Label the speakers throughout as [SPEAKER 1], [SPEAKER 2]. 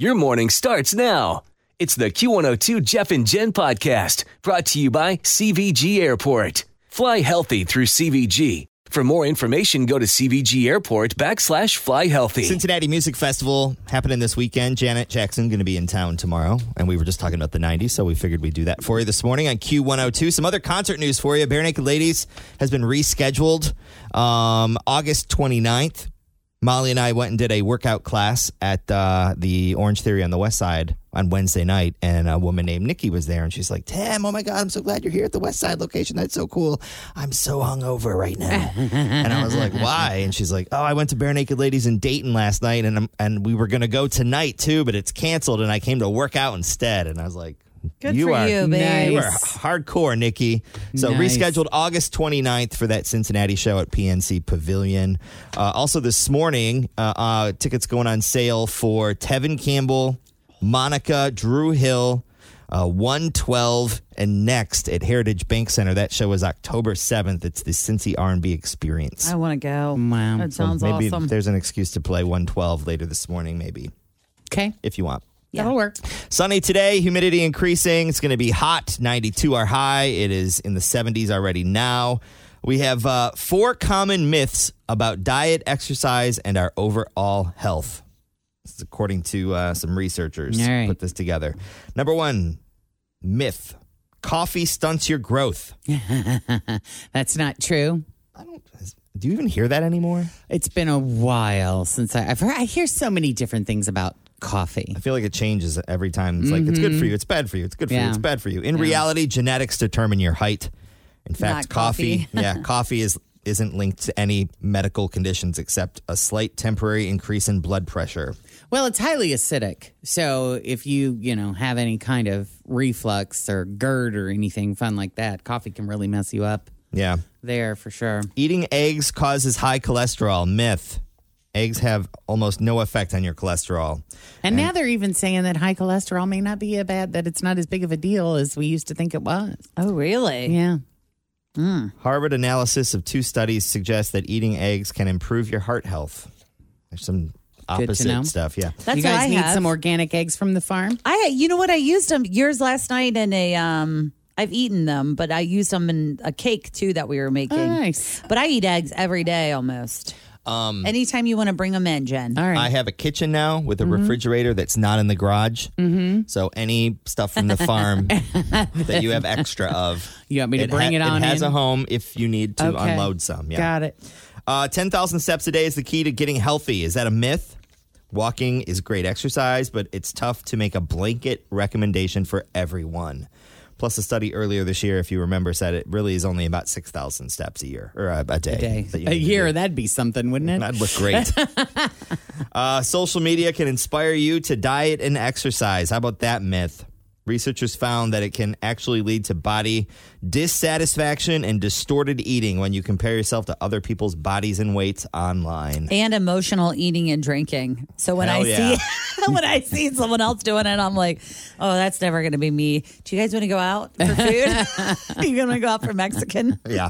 [SPEAKER 1] Your morning starts now. It's the Q102 Jeff and Jen podcast brought to you by CVG Airport. Fly healthy through CVG. For more information, go to CVG Airport backslash fly healthy.
[SPEAKER 2] Cincinnati Music Festival happening this weekend. Janet Jackson going to be in town tomorrow. And we were just talking about the 90s, so we figured we'd do that for you this morning on Q102. Some other concert news for you. Bare Naked Ladies has been rescheduled um, August 29th. Molly and I went and did a workout class at uh, the Orange Theory on the West Side on Wednesday night, and a woman named Nikki was there, and she's like, "Tim, oh my God, I'm so glad you're here at the West Side location. That's so cool. I'm so hungover right now." and I was like, "Why?" And she's like, "Oh, I went to Bare Naked Ladies in Dayton last night, and I'm, and we were gonna go tonight too, but it's canceled, and I came to work out instead." And I was like.
[SPEAKER 3] Good for you, babe.
[SPEAKER 2] You are hardcore, Nikki. So
[SPEAKER 4] Nice.
[SPEAKER 2] rescheduled August 29th for that Cincinnati show at PNC Pavilion. Uh, also this morning, uh, uh, tickets going on sale for Tevin Campbell, Monica, Drew Hill, uh, 112, and next at Heritage Bank Center. That show is October 7th. It's the Cincy R&B Experience.
[SPEAKER 3] I want to go.
[SPEAKER 4] Wow.
[SPEAKER 3] That
[SPEAKER 2] So
[SPEAKER 3] sounds
[SPEAKER 2] maybe
[SPEAKER 3] awesome.
[SPEAKER 2] there's an excuse to play 112 later this morning, maybe,
[SPEAKER 4] Okay.
[SPEAKER 2] if you want.
[SPEAKER 3] That'll work.
[SPEAKER 2] Sunny today, humidity increasing. It's going to be hot. 92 are high. It is in the 70s already now. We have uh, four common myths about diet, exercise, and our overall health. This is according to uh, some researchers
[SPEAKER 4] All right.
[SPEAKER 2] put this together. Number one myth coffee stunts your growth.
[SPEAKER 5] That's not true.
[SPEAKER 2] I don't, do you even hear that anymore?
[SPEAKER 5] It's been a while since I, I've heard. I hear so many different things about coffee.
[SPEAKER 2] I feel like it changes every time. It's like it's good for you, it's bad for you, it's good for you,
[SPEAKER 5] Mm-hmm. Yeah.
[SPEAKER 2] it's bad for you. In reality, genetics determine your height. In fact,
[SPEAKER 3] Not
[SPEAKER 2] coffee,
[SPEAKER 3] coffee.
[SPEAKER 2] yeah, coffee is isn't linked to any medical conditions except a slight temporary increase in blood pressure.
[SPEAKER 5] Well, it's highly acidic. So if you, you know, have any kind of reflux or GERD or anything fun like that, coffee can really mess you up
[SPEAKER 2] Yeah.
[SPEAKER 5] there for sure.
[SPEAKER 2] Eating eggs causes high cholesterol. Myth. Eggs have almost no effect on your cholesterol.
[SPEAKER 5] And, now they're even saying that high cholesterol may not be a bad, that it's not as big of a deal as we used to think it was.
[SPEAKER 3] Oh, really?
[SPEAKER 5] Yeah.
[SPEAKER 2] Harvard analysis of two studies suggests that eating eggs can improve your heart health. There's some
[SPEAKER 5] to know.
[SPEAKER 2] opposite stuff. Yeah.
[SPEAKER 3] That's
[SPEAKER 5] you guys
[SPEAKER 3] what I
[SPEAKER 5] need
[SPEAKER 3] have.
[SPEAKER 5] some organic eggs from the farm?
[SPEAKER 3] I, you know what? I used them yours last night in a. Um, I've eaten them, but I used them in a cake too that we were making.
[SPEAKER 5] nice.
[SPEAKER 3] But I eat eggs every day almost. Um, Anytime you want to bring them in, Jen.
[SPEAKER 5] All right. Mm-hmm.
[SPEAKER 2] I have a kitchen now with a refrigerator that's not in the garage. Mm-hmm. So any stuff from the farm that you have extra of,
[SPEAKER 5] You want me to
[SPEAKER 2] ha-
[SPEAKER 5] bring it on
[SPEAKER 2] It has
[SPEAKER 5] in?
[SPEAKER 2] a home if you need to
[SPEAKER 5] Okay.
[SPEAKER 2] unload some. Yeah.
[SPEAKER 5] Got it.
[SPEAKER 2] Uh, Ten thousand steps a day is the key to getting healthy. Is that a myth? Walking is great exercise, but it's tough to make a blanket recommendation for everyone. Plus, a study earlier this year, if you remember, said it really is only about six thousand steps a year or a, a day.
[SPEAKER 5] Day.
[SPEAKER 2] that you
[SPEAKER 5] A
[SPEAKER 2] need to do.
[SPEAKER 5] year, that'd be something, wouldn't it?
[SPEAKER 2] That'd look great. uh, social media can inspire you to diet and exercise. How about that myth? Researchers found that it can actually lead to body dissatisfaction and distorted eating when you compare yourself to other people's bodies and weights online.
[SPEAKER 3] And emotional eating and drinking. So when
[SPEAKER 2] Hell
[SPEAKER 3] I see when I see someone else doing it, I'm like, oh, that's never going to be me. Do you guys want to go out for food? you going to go out for Mexican?
[SPEAKER 2] Yeah.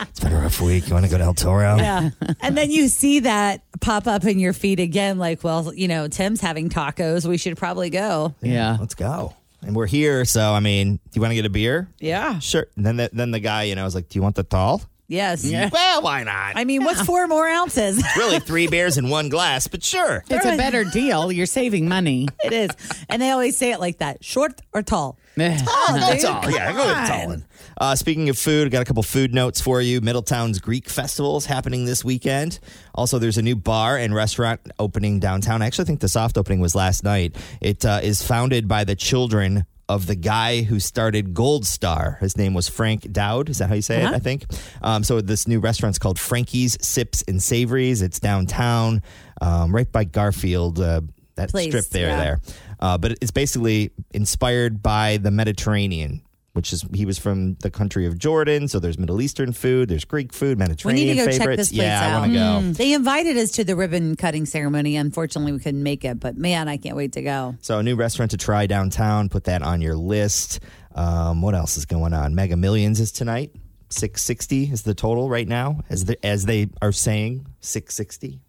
[SPEAKER 2] it's been a rough week. You want to go to El Toro?
[SPEAKER 3] Yeah. And then you see that pop up in your feed again, like, well, you know, Tim's having tacos. We should probably go.
[SPEAKER 5] yeah.
[SPEAKER 2] Let's go. And we're here, so I mean, do you want to get a beer?
[SPEAKER 3] Yeah.
[SPEAKER 2] Sure. And then the, then the guy, you know, was like, "Do you want the tall?"
[SPEAKER 3] Yes.
[SPEAKER 2] Well, why not?
[SPEAKER 3] I mean, what's four more ounces?
[SPEAKER 2] really three beers in one glass, but sure.
[SPEAKER 5] It's a better deal. You're saving money.
[SPEAKER 3] it is. And they always say it like that short or tall.
[SPEAKER 2] Oh, that's
[SPEAKER 3] dude,
[SPEAKER 2] all. Yeah, go with
[SPEAKER 3] come
[SPEAKER 2] Tallinn. Uh, speaking of food, got a couple food notes for you. Middletown's Greek Festival is happening this weekend. Also, there's a new bar and restaurant opening downtown. I actually think the soft opening was last night. It uh, is founded by the children of the guy who started Gold Star. His name was Frank Dowd. Is that how you say it? I think. Um, so this new restaurant's called Frankie's Sips and Savories. It's downtown, um, right by Garfield. Uh, that
[SPEAKER 3] Place,
[SPEAKER 2] strip there,
[SPEAKER 3] yeah.
[SPEAKER 2] there there. Uh, but it's basically inspired by the Mediterranean, which is he was from the country of Jordan. So there's Middle Eastern food, there's Greek food,
[SPEAKER 3] We need
[SPEAKER 2] Mediterranean
[SPEAKER 3] to go check
[SPEAKER 2] favorites.
[SPEAKER 3] this place
[SPEAKER 2] yeah,
[SPEAKER 3] out. Hmm. Mm.
[SPEAKER 2] I want to go.
[SPEAKER 3] They invited us to the ribbon cutting ceremony. Unfortunately, we couldn't make it, but man, I can't wait to go.
[SPEAKER 2] So a new restaurant to try downtown. Put that on your list. Um, what else is going on? Mega Millions is tonight. Six sixty is the total right now, as the, as they are saying. Six sixty.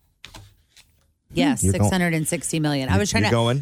[SPEAKER 3] Yes,
[SPEAKER 2] Hmm. You're going-
[SPEAKER 3] six hundred and sixty million. I was trying
[SPEAKER 2] You're
[SPEAKER 3] to.
[SPEAKER 2] going.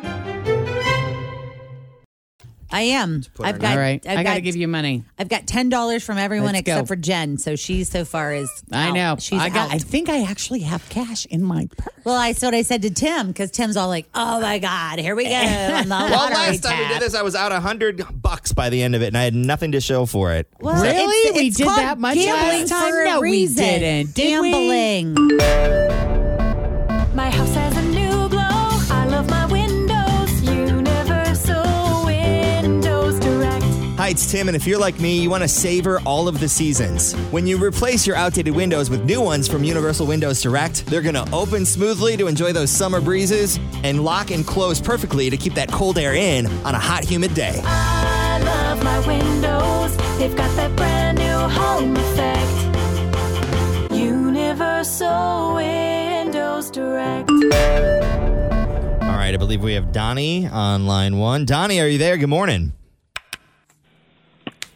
[SPEAKER 3] I am. I've got.
[SPEAKER 5] All right.
[SPEAKER 3] I've
[SPEAKER 5] I got to
[SPEAKER 3] got-
[SPEAKER 5] give you money.
[SPEAKER 3] I've got ten dollars from everyone
[SPEAKER 5] Let's
[SPEAKER 3] except
[SPEAKER 5] go.
[SPEAKER 3] for Jen. So she so far is.
[SPEAKER 5] I
[SPEAKER 3] out.
[SPEAKER 5] know.
[SPEAKER 3] She's
[SPEAKER 5] I got.
[SPEAKER 3] out.
[SPEAKER 5] I think I actually have cash in my purse.
[SPEAKER 3] well, that's what I said to Tim because Tim's all like, "Oh my God, here we go." on the
[SPEAKER 2] Well,
[SPEAKER 3] lottery
[SPEAKER 2] last time we
[SPEAKER 3] tab."
[SPEAKER 2] did this, I was out a hundred bucks by the end of it, and I had nothing to show for it.
[SPEAKER 3] Well,
[SPEAKER 5] Really?
[SPEAKER 3] it's-
[SPEAKER 5] We
[SPEAKER 3] it's
[SPEAKER 5] did
[SPEAKER 3] called
[SPEAKER 5] that much
[SPEAKER 3] gambling
[SPEAKER 5] last time?
[SPEAKER 3] for a
[SPEAKER 5] No, we
[SPEAKER 3] reason.
[SPEAKER 5] didn't, did we?
[SPEAKER 3] gambling.
[SPEAKER 6] My house has a new glow. I love my windows. Universal
[SPEAKER 3] Oh,
[SPEAKER 6] Windows Direct.
[SPEAKER 2] Hi, it's Tim, and if you're like me, you want to savor all of the seasons. When you replace your outdated windows with new ones from Universal Windows Direct, they're going to open smoothly to enjoy those summer breezes and lock and close perfectly to keep that cold air in on a hot, humid day.
[SPEAKER 6] I love my windows. They've got that brand new home effect. Universal Windows Direct.
[SPEAKER 2] All right, I believe we have Donnie on line one. Donnie, are you there? Good morning.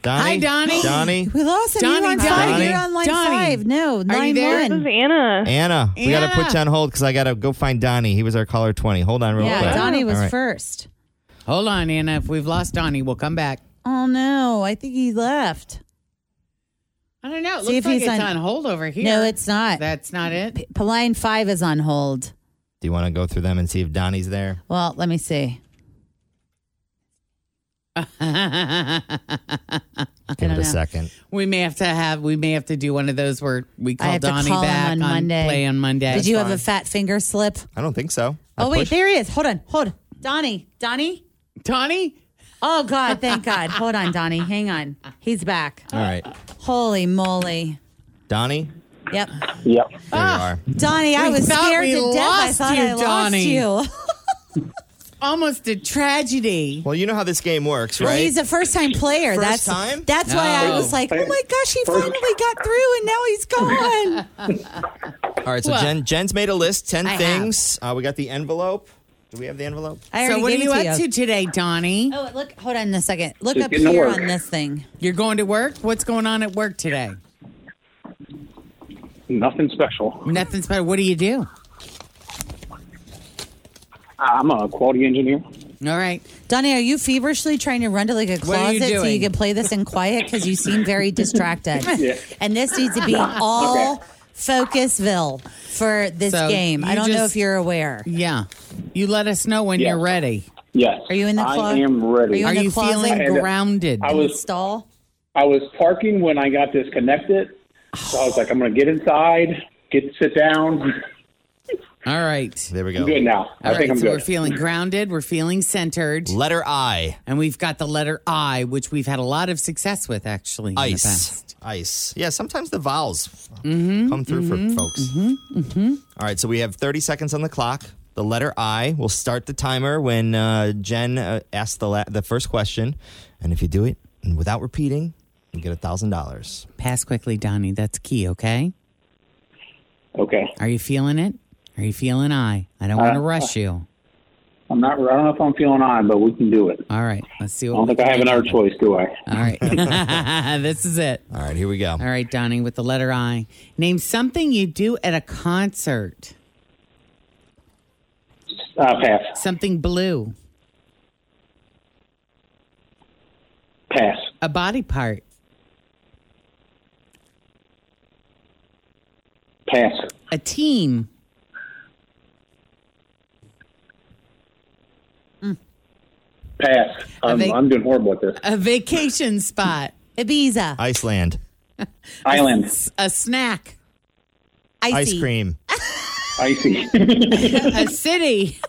[SPEAKER 2] Donnie?
[SPEAKER 5] Hi, Donnie.
[SPEAKER 2] Donnie.
[SPEAKER 3] We lost him.
[SPEAKER 5] Donnie,
[SPEAKER 3] You're on five.
[SPEAKER 5] Donnie,
[SPEAKER 3] You're on line
[SPEAKER 5] Donnie.
[SPEAKER 3] five. No,
[SPEAKER 5] you
[SPEAKER 3] line
[SPEAKER 5] there?
[SPEAKER 3] one.
[SPEAKER 6] Anna.
[SPEAKER 2] Anna, we got to
[SPEAKER 5] Anna.
[SPEAKER 2] put you on hold because I got to go find Donnie. He was our caller 20. Hold on real
[SPEAKER 3] Yeah,
[SPEAKER 2] quick.
[SPEAKER 3] Donnie was
[SPEAKER 2] All right.
[SPEAKER 3] first.
[SPEAKER 5] Hold on, Anna. If we've lost Donnie, we'll come back.
[SPEAKER 3] Oh no, I think he left.
[SPEAKER 5] I don't know. It
[SPEAKER 3] See
[SPEAKER 5] looks
[SPEAKER 3] if
[SPEAKER 5] like
[SPEAKER 3] he's
[SPEAKER 5] it's
[SPEAKER 3] on-
[SPEAKER 5] on, hold over here.
[SPEAKER 3] No, it's not.
[SPEAKER 5] That's not it.
[SPEAKER 3] P- line five is on hold.
[SPEAKER 2] Do you want to go through them and see if Donnie's there?
[SPEAKER 3] Well, let me see.
[SPEAKER 2] Give it
[SPEAKER 3] don't
[SPEAKER 2] a
[SPEAKER 3] know.
[SPEAKER 2] second.
[SPEAKER 5] we may have to have. We may have to do one of those where we
[SPEAKER 3] I
[SPEAKER 5] call
[SPEAKER 3] have to
[SPEAKER 5] Donnie
[SPEAKER 3] call him
[SPEAKER 5] back
[SPEAKER 3] on Monday.
[SPEAKER 5] play on Monday.
[SPEAKER 3] Did you have a fat finger slip?
[SPEAKER 2] I don't think so.
[SPEAKER 3] oh
[SPEAKER 2] I
[SPEAKER 3] wait,
[SPEAKER 2] pushed-
[SPEAKER 3] there he is. Hold on, hold. Donnie, Donnie.
[SPEAKER 5] Donnie?
[SPEAKER 3] Oh God, thank God. Hold on, Donnie. Hang on. He's back.
[SPEAKER 2] All right.
[SPEAKER 3] Holy moly.
[SPEAKER 2] Donnie,
[SPEAKER 3] Yep.
[SPEAKER 2] there
[SPEAKER 3] Ah.
[SPEAKER 2] you are.
[SPEAKER 3] Donnie, I
[SPEAKER 5] We
[SPEAKER 3] was
[SPEAKER 5] thought
[SPEAKER 3] scared
[SPEAKER 5] we
[SPEAKER 3] to death. I
[SPEAKER 5] lost
[SPEAKER 3] thought
[SPEAKER 5] you,
[SPEAKER 3] I lost
[SPEAKER 5] Donnie.
[SPEAKER 3] you.
[SPEAKER 5] Almost a tragedy.
[SPEAKER 2] Well, you know how this game works, right?
[SPEAKER 3] Well, he's a first-time player.
[SPEAKER 2] First
[SPEAKER 3] that's
[SPEAKER 2] time?
[SPEAKER 3] that's why I
[SPEAKER 5] No.
[SPEAKER 3] was like, oh my gosh, he finally got through, and now he's gone.
[SPEAKER 2] All right, so Jen, Jen's made a list, 10
[SPEAKER 3] I
[SPEAKER 2] things. Uh, we got the envelope. Do we have the envelope?
[SPEAKER 3] I
[SPEAKER 5] So
[SPEAKER 3] already
[SPEAKER 5] what are
[SPEAKER 3] gave
[SPEAKER 5] you
[SPEAKER 3] it
[SPEAKER 5] up to today, Donnie?
[SPEAKER 3] Oh, look! Hold on a second. Look up here on this thing.
[SPEAKER 5] You're going to work? What's going on at work today?
[SPEAKER 7] Nothing special.
[SPEAKER 5] Nothing special. What do you do?
[SPEAKER 7] I'm a quality engineer.
[SPEAKER 5] All right.
[SPEAKER 3] Donnie, are you feverishly trying to run to like a
[SPEAKER 5] What are you
[SPEAKER 3] closet so you
[SPEAKER 5] doing?
[SPEAKER 3] can play this in quiet? Because you seem very distracted. And this needs to be all Focusville for this
[SPEAKER 5] So
[SPEAKER 3] game. I
[SPEAKER 5] you
[SPEAKER 3] don't know
[SPEAKER 5] just-
[SPEAKER 3] if you're aware.
[SPEAKER 5] Yeah. You let us know when
[SPEAKER 7] Yeah.
[SPEAKER 5] you're ready.
[SPEAKER 7] Yes.
[SPEAKER 3] Are you in the
[SPEAKER 7] I
[SPEAKER 3] closet?
[SPEAKER 7] am
[SPEAKER 3] Are
[SPEAKER 7] ready.
[SPEAKER 3] you-
[SPEAKER 5] Are
[SPEAKER 3] in the
[SPEAKER 5] you
[SPEAKER 3] closet?
[SPEAKER 5] feeling
[SPEAKER 3] And,
[SPEAKER 7] uh,
[SPEAKER 5] grounded?
[SPEAKER 7] I was
[SPEAKER 3] Stall.
[SPEAKER 7] I was parking when I got disconnected. So I was like, I'm going to get inside, get sit down.
[SPEAKER 5] All right. There
[SPEAKER 2] we
[SPEAKER 7] I'm good now. I
[SPEAKER 5] All right,
[SPEAKER 7] think I'm
[SPEAKER 5] so
[SPEAKER 7] good.
[SPEAKER 5] we're feeling grounded. We're feeling centered.
[SPEAKER 2] Letter I.
[SPEAKER 5] And we've got the letter I, which we've had a lot of success with actually. in the
[SPEAKER 2] Ice.
[SPEAKER 5] past.
[SPEAKER 2] Ice. Yeah, sometimes the vowels
[SPEAKER 3] Mm-hmm,
[SPEAKER 2] come through for folks. All right, so we have 30 seconds on the clock. The letter I will start the timer when uh, Jen uh, asks the, la- the first question. And if you do it and without repeating, you get $1,000.
[SPEAKER 5] Pass quickly, Donnie. That's key, okay?
[SPEAKER 7] Okay.
[SPEAKER 5] Are you feeling it? Are you feeling I? I don't want to
[SPEAKER 7] Uh,
[SPEAKER 5] rush you.
[SPEAKER 7] I'm not. I don't know if I'm feeling on, but we can do it.
[SPEAKER 5] All right. Let's see.
[SPEAKER 7] I
[SPEAKER 5] What
[SPEAKER 7] don't
[SPEAKER 5] we
[SPEAKER 7] think I have
[SPEAKER 5] can
[SPEAKER 7] another choice, do I?
[SPEAKER 5] All right. this is it.
[SPEAKER 2] All right, here we go. All
[SPEAKER 5] right, Donnie, with the letter I. Name something you do at a concert.
[SPEAKER 7] Uh, pass.
[SPEAKER 5] Something blue.
[SPEAKER 7] Pass.
[SPEAKER 5] A body part.
[SPEAKER 7] Pass.
[SPEAKER 5] A team.
[SPEAKER 7] Pass. I'm,
[SPEAKER 5] think-
[SPEAKER 7] I'm doing horrible at this.
[SPEAKER 5] A vacation spot. Ibiza.
[SPEAKER 2] Iceland.
[SPEAKER 7] Island.
[SPEAKER 5] A snack.
[SPEAKER 2] Ice cream.
[SPEAKER 7] Icy.
[SPEAKER 5] a city.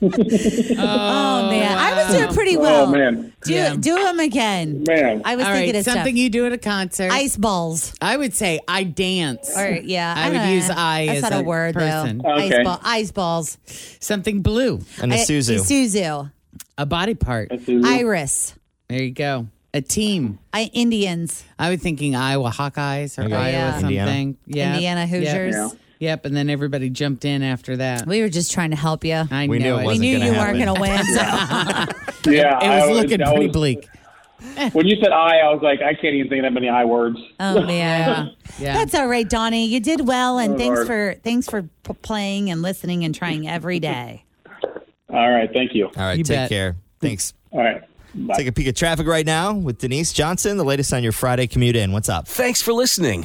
[SPEAKER 3] Oh, man. I was doing pretty well.
[SPEAKER 7] Oh man.
[SPEAKER 3] Do, do them again.
[SPEAKER 7] Man.
[SPEAKER 3] I was
[SPEAKER 5] All
[SPEAKER 3] thinking
[SPEAKER 5] right,
[SPEAKER 3] of stuff.
[SPEAKER 5] something you do at a concert.
[SPEAKER 3] Ice balls.
[SPEAKER 5] I would say I dance.
[SPEAKER 3] All right, yeah.
[SPEAKER 5] I would
[SPEAKER 3] know.
[SPEAKER 5] use I
[SPEAKER 3] That's
[SPEAKER 5] as
[SPEAKER 3] not a,
[SPEAKER 5] a
[SPEAKER 3] word,
[SPEAKER 5] person.
[SPEAKER 3] though.
[SPEAKER 5] Okay.
[SPEAKER 3] Ice, ball, ice balls.
[SPEAKER 5] Something blue.
[SPEAKER 2] An
[SPEAKER 3] I-
[SPEAKER 2] Isuzu.
[SPEAKER 3] Isuzu.
[SPEAKER 5] A body part.
[SPEAKER 3] Iris.
[SPEAKER 5] There you go. A team.
[SPEAKER 3] I, Indians.
[SPEAKER 5] I was thinking Iowa Hawkeyes or
[SPEAKER 3] There you go.
[SPEAKER 5] Iowa
[SPEAKER 3] Yeah. Indiana.
[SPEAKER 5] something. Yeah.
[SPEAKER 3] Indiana Hoosiers.
[SPEAKER 5] Yep. Yep, and then everybody jumped in after that.
[SPEAKER 3] We were just trying to help you.
[SPEAKER 5] I
[SPEAKER 3] we
[SPEAKER 5] know
[SPEAKER 3] knew,
[SPEAKER 5] it
[SPEAKER 3] we
[SPEAKER 5] wasn't
[SPEAKER 3] knew
[SPEAKER 5] gonna
[SPEAKER 3] you
[SPEAKER 5] happen.
[SPEAKER 3] weren't going to win.
[SPEAKER 7] Yeah.
[SPEAKER 5] It
[SPEAKER 7] I
[SPEAKER 5] was looking
[SPEAKER 7] that
[SPEAKER 5] pretty
[SPEAKER 7] was-
[SPEAKER 5] bleak.
[SPEAKER 7] When you said I, I was like, I can't even think of that many I words.
[SPEAKER 3] Oh man, that's all right, Donnie. You did well, and
[SPEAKER 7] Oh,
[SPEAKER 3] thanks
[SPEAKER 7] Lord.
[SPEAKER 3] for thanks for p- playing and listening and trying every day.
[SPEAKER 7] All right. Thank you.
[SPEAKER 2] All right, take care. Thanks.
[SPEAKER 7] All right.
[SPEAKER 2] Take a peek at traffic right now with Denise Johnson, the latest on your Friday commute in. What's up?
[SPEAKER 1] Thanks for listening